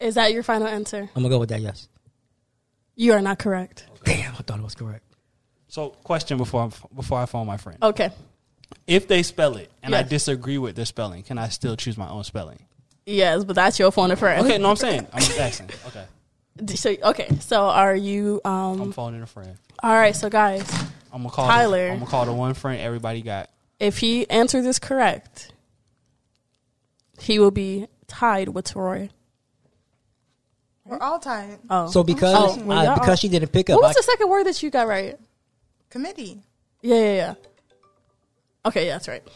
B: Is that your final answer?
C: I'm gonna go with that. Yes.
B: You are not correct.
C: Damn, I thought it was correct.
D: So, question before I, before I phone my friend.
B: Okay.
D: If they spell it and I
B: Oh. Yes.
D: disagree with their spelling, can I still choose my own spelling?
B: Yes, but that's your phone a friend.
D: Okay, no, I'm saying. I'm just asking. Okay.
B: D- So okay. So are you um
D: I'm phoning a friend.
B: all right, so guys,
D: I'm gonna call
B: Tyler.
D: The, I'm gonna call the one friend everybody got.
B: if he answers this correct, he will be tied with Troy.
E: We're all tied.
B: Oh.
C: So because
B: Oh, well, y'all
C: I,
B: are-
C: because she didn't pick up,
B: what was
C: I-
B: the second word that you got right?
E: Committee.
B: Yeah, yeah, yeah. Okay, yeah, that's right.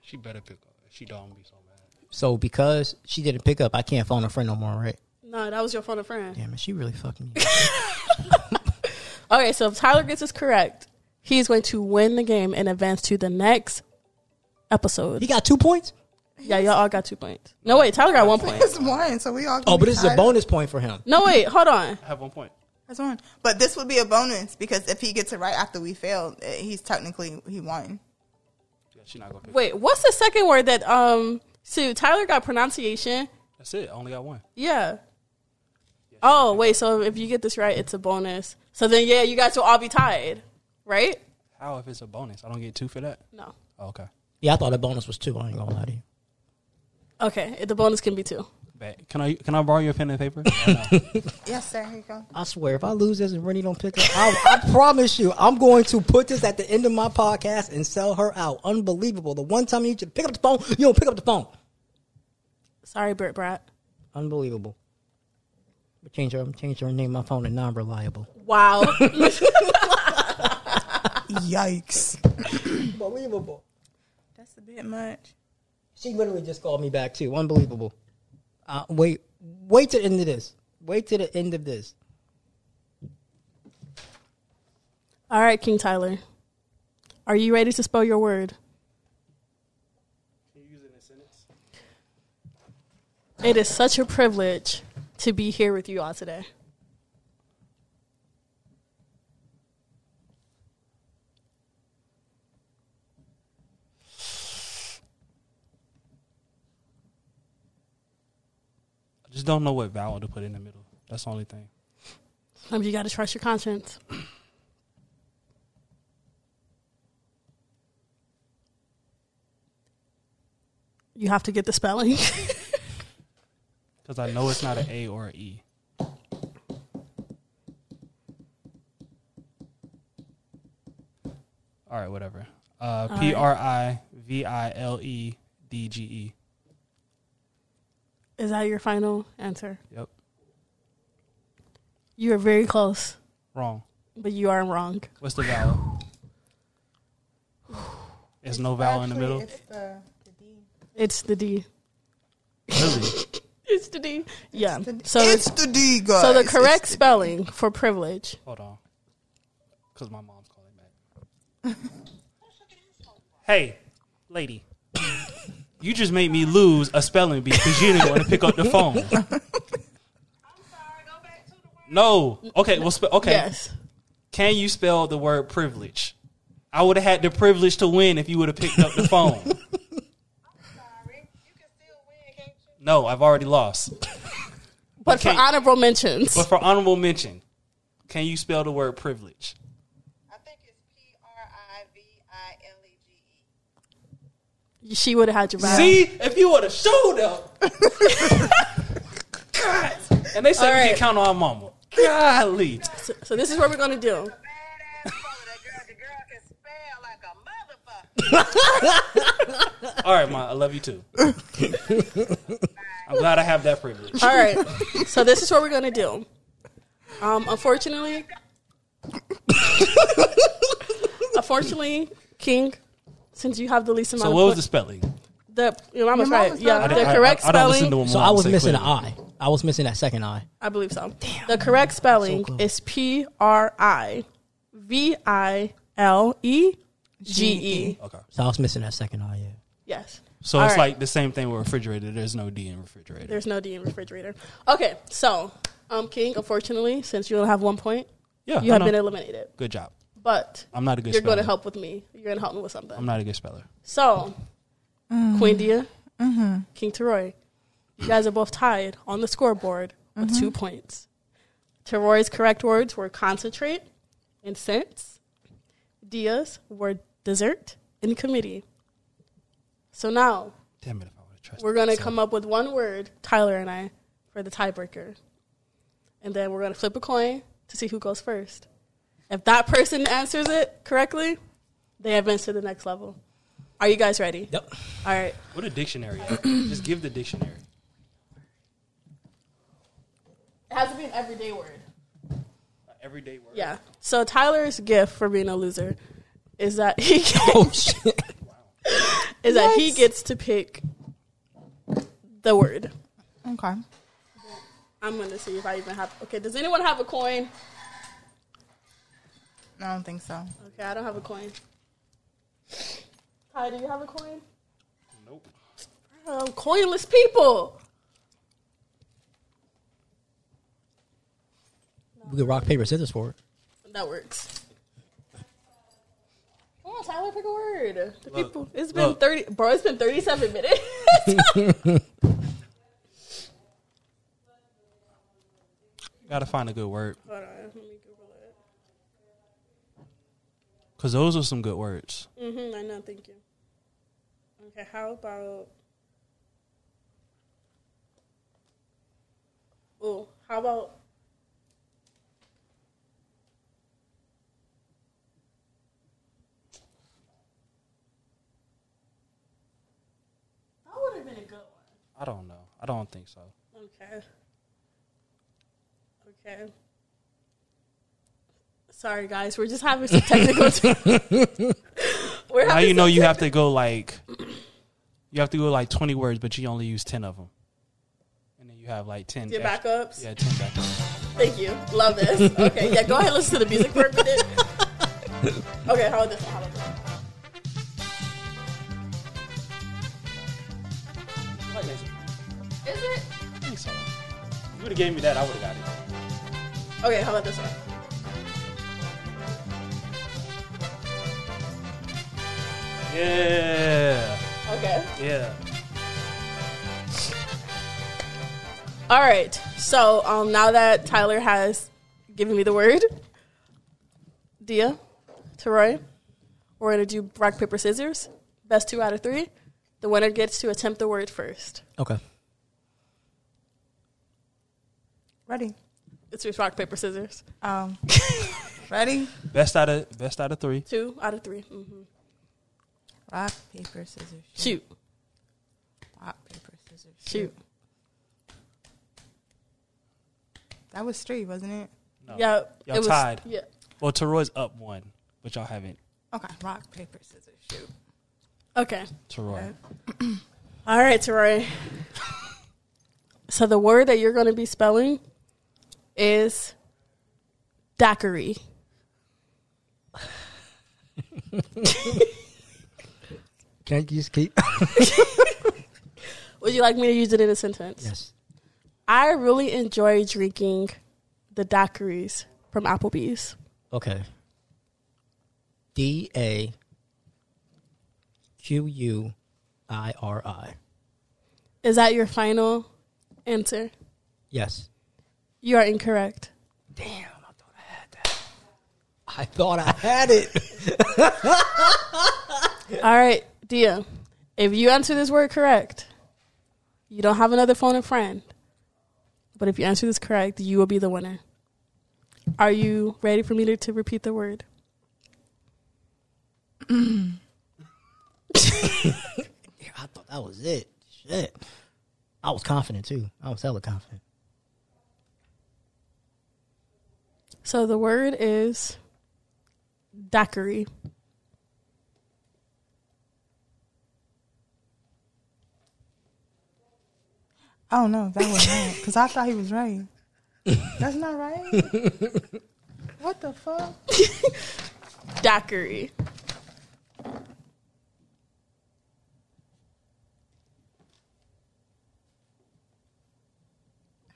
D: She better pick up. She don't be so mad.
C: so because she didn't pick up, I can't phone a friend no more, right?
B: No, that was your phone a friend.
C: Damn it, she really fucked me.
B: Okay, so if Tyler gets this correct, he's going to win the game and advance to the next episode.
C: he got two points.
B: Yeah, y'all all got two points. No, wait, Tyler got one point.
E: It's one, so we all.
C: Oh,
E: gonna
C: but
E: be
C: this is a
E: tied.
C: bonus point for him.
B: No, wait, hold on.
D: I have one point.
E: That's one. But this would be a bonus because if he gets it right after we failed, eh, he's technically he won.
D: Yeah, she not gonna pick.
B: Wait, what's the second word that um? So Tyler got pronunciation.
D: That's it. I only got one.
B: Yeah. Oh wait, so if you get this right, it's a bonus. So then, yeah, you guys will all be tied, right?
D: How if it's a bonus? I don't get two for that.
B: No.
D: Oh, okay.
C: Yeah, I thought the bonus was two. I ain't gonna lie to you.
B: Okay, the bonus can be two.
D: Bet. Can I can I borrow your pen and paper?
E: Yes, sir. Here you go.
C: I swear, if I lose this and Rennie don't pick up, I, I promise you, I'm going to put this at the end of my podcast and sell her out. Unbelievable. The one time you just pick up the phone, you don't pick up the phone.
B: Sorry, Bert Brat.
C: Unbelievable. But change her, change her name. My phone to non-reliable.
B: Wow.
E: Yikes.
C: Unbelievable.
E: That's a bit much.
C: She literally just called me back too. Unbelievable. Uh, wait, wait to the end of this. Wait to the end of this.
B: all right, King Tyler, are you ready to spell your word? It is such a privilege to be here with you all today.
D: I just don't know what vowel to put in the middle. That's the only thing.
B: Um, you got to trust your conscience. You have to get the spelling.
D: Because I know it's not an A or an E. All right, whatever. Uh, P R I V I L E D G E.
B: Is that your final answer?
D: Yep.
B: You are very close,
D: Wrong.
B: but you are wrong.
D: What's the vowel? There's no vowel in the middle.
E: It's the, the D.
B: It's the D.
D: Really?
B: It's the D. Yeah. So
E: it's
B: it's,
E: the D, guys.
B: so the
E: It's
B: correct
E: the-
B: spelling for privilege.
D: Hold on. Because my mom's calling back. hey, lady. You just made me lose a spelling bee because you didn't want to pick up the phone. No. Okay. Well, spe- okay.
B: Yes.
D: Can you spell the word privilege? I would have had the privilege to win if you would have picked up the phone. No, I've already lost.
B: But for
D: Okay.
B: honorable mentions,
D: But for honorable mention, can you spell the word privilege?
G: I think it's P R I V I L E G E.
B: she would have had your vowel.
D: See, if you would have showed up. God. And they said
B: All
D: we
B: right.
D: can count on our mama. Golly.
B: So, so this is what we're gonna do.
G: Badass mother, that girl, the girl can spell like a motherfucker.
D: All right, Ma, I love you too. I'm glad I have that privilege.
B: All right. So this is what we're gonna do. Um, unfortunately, unfortunately, King, since you have the least amount
D: So,
B: of
D: what was
B: po-
D: the spelling?
B: the your mama's
E: Your mama's
B: right. Yeah,
E: right.
B: the correct
D: I, I, I don't listen to
B: spelling.
D: what
C: So
D: Mom
C: I was
D: say
C: missing an
D: clearly.
C: eye. I was missing that second eye.
B: I believe so. The correct spelling
C: close.
B: is P R I V I L E G E.
D: Okay.
C: So I was missing that second eye. Yeah.
B: Yes.
D: So
B: All
D: it's
B: right.
D: like the same thing with refrigerator. There's no D in refrigerator.
B: There's no D in refrigerator. Okay, so um, King, unfortunately, since you only have one point,
D: yeah.
B: you
D: I
B: have
D: know.
B: been eliminated.
D: good job.
B: But
D: I'm not a good
B: you're
D: speller.
B: going to help with me. You're going to help me with something.
D: I'm not a good speller.
B: So, Queen Dia, King Teroy, you guys are both tied on the scoreboard with two points. Teroy's correct words were concentrate and sense. Dia's were dessert and committee. So now
D: Damn it! If I would have trusted.
B: we're going to come up with one word, Tyler and I, for the tiebreaker. And then we're going to flip a coin to see who goes first. If that person answers it correctly, they advance to the next level. Are you guys ready?
C: Yep.
B: All right.
D: What a dictionary! at? Just give the dictionary.
B: It has to be an everyday word.
D: Everyday word.
B: Yeah. So Tyler's gift for being a loser is that he gets,
C: Oh shit.
B: is that he gets to pick the word.
E: Okay.
B: I'm gonna see if I even have. Okay, does anyone have a coin?
E: I don't think so.
B: Okay, I don't have a coin. Ty, do you have a coin?
D: Nope.
B: Um, coinless people.
C: We could rock paper scissors for it.
B: That works. Come on, Tyler, pick a word. The
D: Look,
B: people. It's been
D: look.
B: thirty, bro. It's been thirty-seven minutes.
D: Gotta find a good word
B: Hold on, let me Google it.
D: because those are some good words.
B: Mm-hmm, I know, thank you. Okay, how about. Oh, how about. That would have been a good one.
D: I don't know. I don't think so.
B: Okay. Okay. Sorry, guys, we're just having some technical. we're
D: Now
B: having
D: you know
B: some
D: you have to go like, you have to go like twenty words, but you only use ten of them, and then you have like ten.
B: Your
D: extra-
B: backups?
D: Yeah, ten backups.
B: Thank you. Love this. Okay, yeah, go ahead and listen to the music for a minute. okay, how about this? How about this?
D: What is it?
B: Is it?
D: I think so. You would have gave me that. I would have got it.
B: Okay, how about this one?
D: Yeah.
B: Okay.
D: Yeah.
B: All right. So um, now that Tyler has given me the word, Dia, Teroy, we're gonna do rock paper scissors. Best two out of three. The winner gets to attempt the word first.
C: Okay.
E: Ready.
B: It's just rock paper scissors.
E: Um, ready?
D: Best out of best out of three.
B: Two out of 3 Mm-hmm.
E: Rock, paper, scissors. Shoot.
B: Shoot,
E: Rock, paper, scissors. Shoot.
B: shoot.
E: That was three, wasn't it?
D: No.
B: Yeah,
D: Y'all tied.
B: Yeah.
D: Well, Teroy's up one, but y'all haven't.
E: Okay. Rock, paper, scissors. Shoot.
B: Okay.
D: Teroy.
B: All right, Teroy. so the word that you're going to be spelling is daiquiri.
C: Can you just keep?
B: Would you like me to use it in a sentence?
C: yes.
B: I really enjoy drinking the daiquiris from Applebee's.
C: Okay. D A Q U I R I.
B: Is that your final answer?
C: Yes.
B: You are incorrect.
C: Damn, I thought I had that. I thought I had it.
B: All right, Dia. If you answer this word correct, you don't have another phone and friend. But if you answer this correct, you will be the winner. Are you ready for me to, to repeat the word?
C: Yeah, I thought that was it. Shit. I was confident too. I was hella confident.
B: So the word is daiquiri.
E: Oh no, that was right. Because I thought he was right. That's not right. what the fuck?
B: Daiquiri.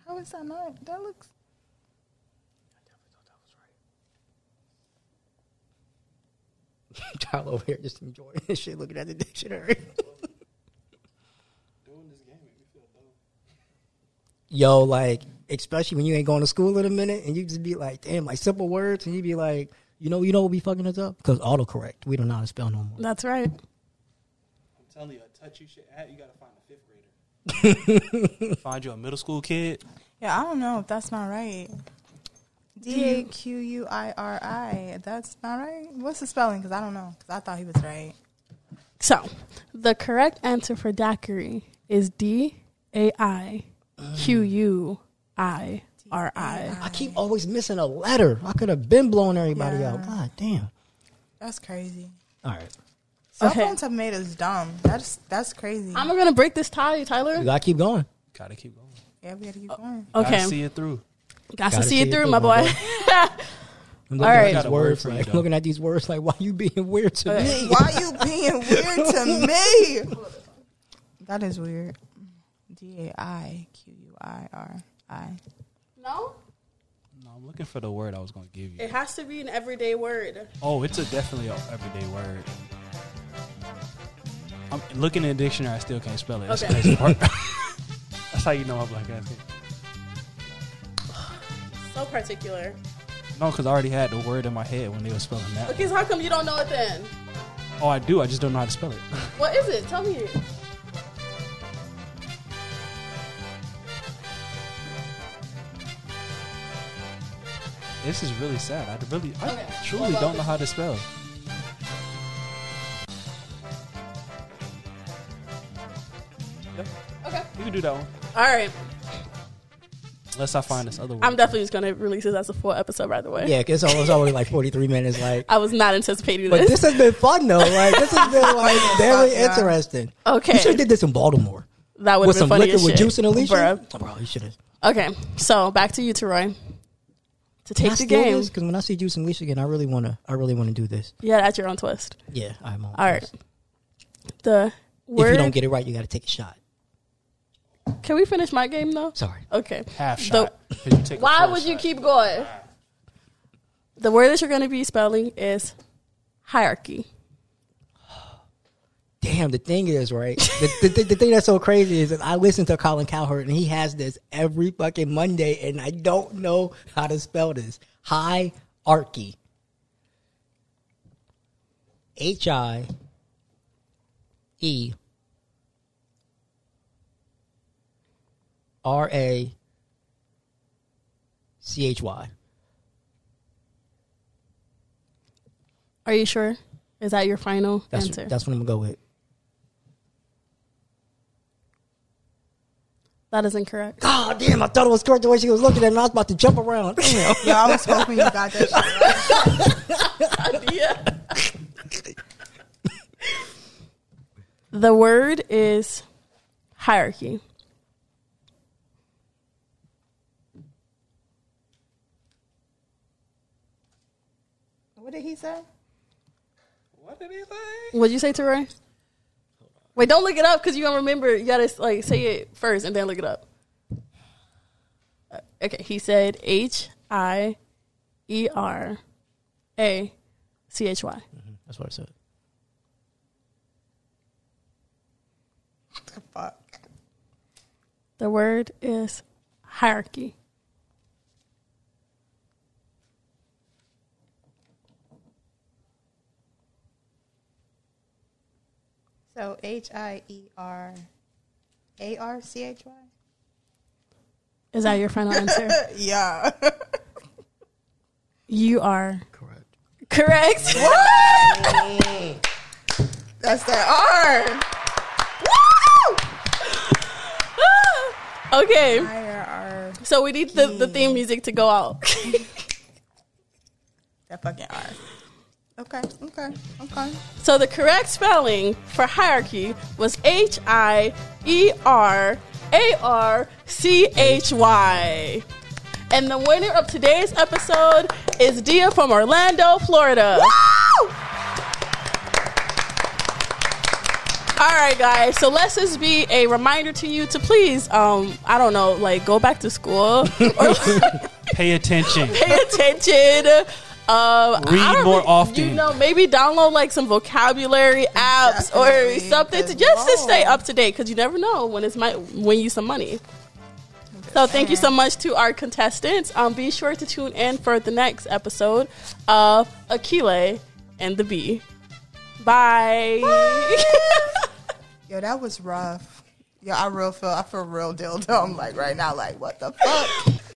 E: How is that not? That looks.
C: Child over here just enjoying this shit, looking at the dictionary. Yo, like especially when you ain't going to school in a minute, and you just be like, damn, like simple words, and you be like, you know, you know what be fucking us up because autocorrect. We don't know how to spell no more.
B: That's right.
D: I'm telling you, a touchy shit hat, you gotta find a fifth grader. find you a middle school kid.
E: Yeah, I don't know if that's not right. D A Q U I R I. That's not right. What's the spelling? Because I don't know. Because I thought he was right.
B: So, the correct answer for daiquiri is D A I Q U I R I.
C: I keep always missing a letter. I could have been blowing everybody out. God damn.
E: That's crazy.
C: All right.
E: Cell
B: Okay.
E: phone tomatoes dumb. That's that's crazy.
B: I'm gonna break this tie,
C: You
B: Tyler.
C: gotta keep going.
D: Gotta keep going.
E: yeah, we gotta keep going.
D: Gotta
B: Okay.
D: see it through.
B: Got to
C: Gotta
B: see it through, my boy.
C: I'm
B: All
C: looking
B: right.
C: at
D: Got
C: these
D: a word
C: words.
D: for you,
C: Like,
D: though.
C: looking at these words, like, why you being weird to me?
E: Why you being weird to me? That is weird. D A I Q U I R I.
B: no,
D: No, I'm looking for the word I was gonna give you.
B: it has to be an everyday word.
D: Oh, it's a definitely an everyday word. I'm looking in the dictionary. I still can't spell it. That's,
B: Okay.
D: the crazy part. That's how you know I'm black ass. kid.
B: So particular.
D: No, because I already had the word in my head when they were spelling that.
B: Okay, so how come you don't know it then?
D: Oh, I do. I just don't know how to spell it.
B: What is it? Tell me.
D: This is really sad. I really, I
B: Okay.
D: truly
B: Well,
D: don't know how to spell. Yep,
B: Okay.
D: you can do that one.
B: All right.
D: Unless I find this other word.
B: I'm definitely just gonna release this as a full episode, by the way.
C: yeah, 'cause it's always, always like 43 minutes. Like,
B: I was not anticipating
C: but
B: this.
C: this has been fun, though. Like, this has been, like, very interesting. You should
B: okay.
C: have did this in Baltimore.
B: That would
C: with
B: have been
C: some
B: funny
C: liquor
B: as
C: with
B: shit.
C: juice and Alicia.
B: Bruh.
C: Oh, bro, you should have.
B: Okay, so back to you, Teroy. To take the game.
C: because when I see juice and Alicia again, I really wanna, I really wanna do this.
B: Yeah, that's your own twist.
C: Yeah, I'm on.
B: All right. The
C: If
B: word.
C: you don't get it right, you gotta take a shot.
B: Can we finish my game though?
C: Sorry.
B: Okay.
D: half
B: The-
D: shot. 'cause you take a
B: Why
D: full
B: would you
D: shot.
B: keep going? The word that you're going to be spelling is hierarchy.
C: Damn, the thing is, right? The, the, the, the thing that's so crazy is that I listen to Colin Cowherd and he has this every fucking Monday and I don't know how to spell this. Hierarchy. H I E R A C H Y.
B: Are you sure? Is that your final
C: That's
B: answer?
C: that's what I'm gonna go with.
B: that is incorrect.
C: God damn, I thought it was correct the way she was looking at me. I was about to jump around. Damn.
E: Yeah, I was hoping you got that. Shit right.
B: yeah. the word is hierarchy.
E: What did he say?
D: What did he say?
B: What'd you say, Teroy? Wait, don't look it up because you don't remember. You gotta like say it first and then look it up. Uh, Okay, he said H I E R A C H Y.
C: That's what I said.
E: Fuck.
B: The word is hierarchy.
E: So H I E R A R C H Y.
B: Is that your final answer?
E: Yeah.
B: You are
C: Correct.
B: correct.
E: That's that
B: okay,
E: R. R.
B: so we need the, the theme music to go out.
E: That fucking R. Okay. Okay. Okay.
B: So the correct spelling for hierarchy was H I E R A R C H Y. And the winner of today's episode is Dia from Orlando, Florida. All right, guys. So let's just be a reminder to you to please, um, I don't know, like go back to school or
D: Pay attention.
B: pay attention. Um,
D: Read
B: I don't
D: more
B: really-
D: often.
B: You know, maybe download like some vocabulary apps or
E: Definitely,
B: something to
E: because
B: just to stay
E: whoa.
B: up to date because you never know when it might win you some money. So thank you so much to our contestants. Um, be sure to tune in for the next episode of Akile and the Bee. Bye.
E: Yo, that was rough. Yo, I real feel I feel real dildo. I'm like right now, like what the fuck?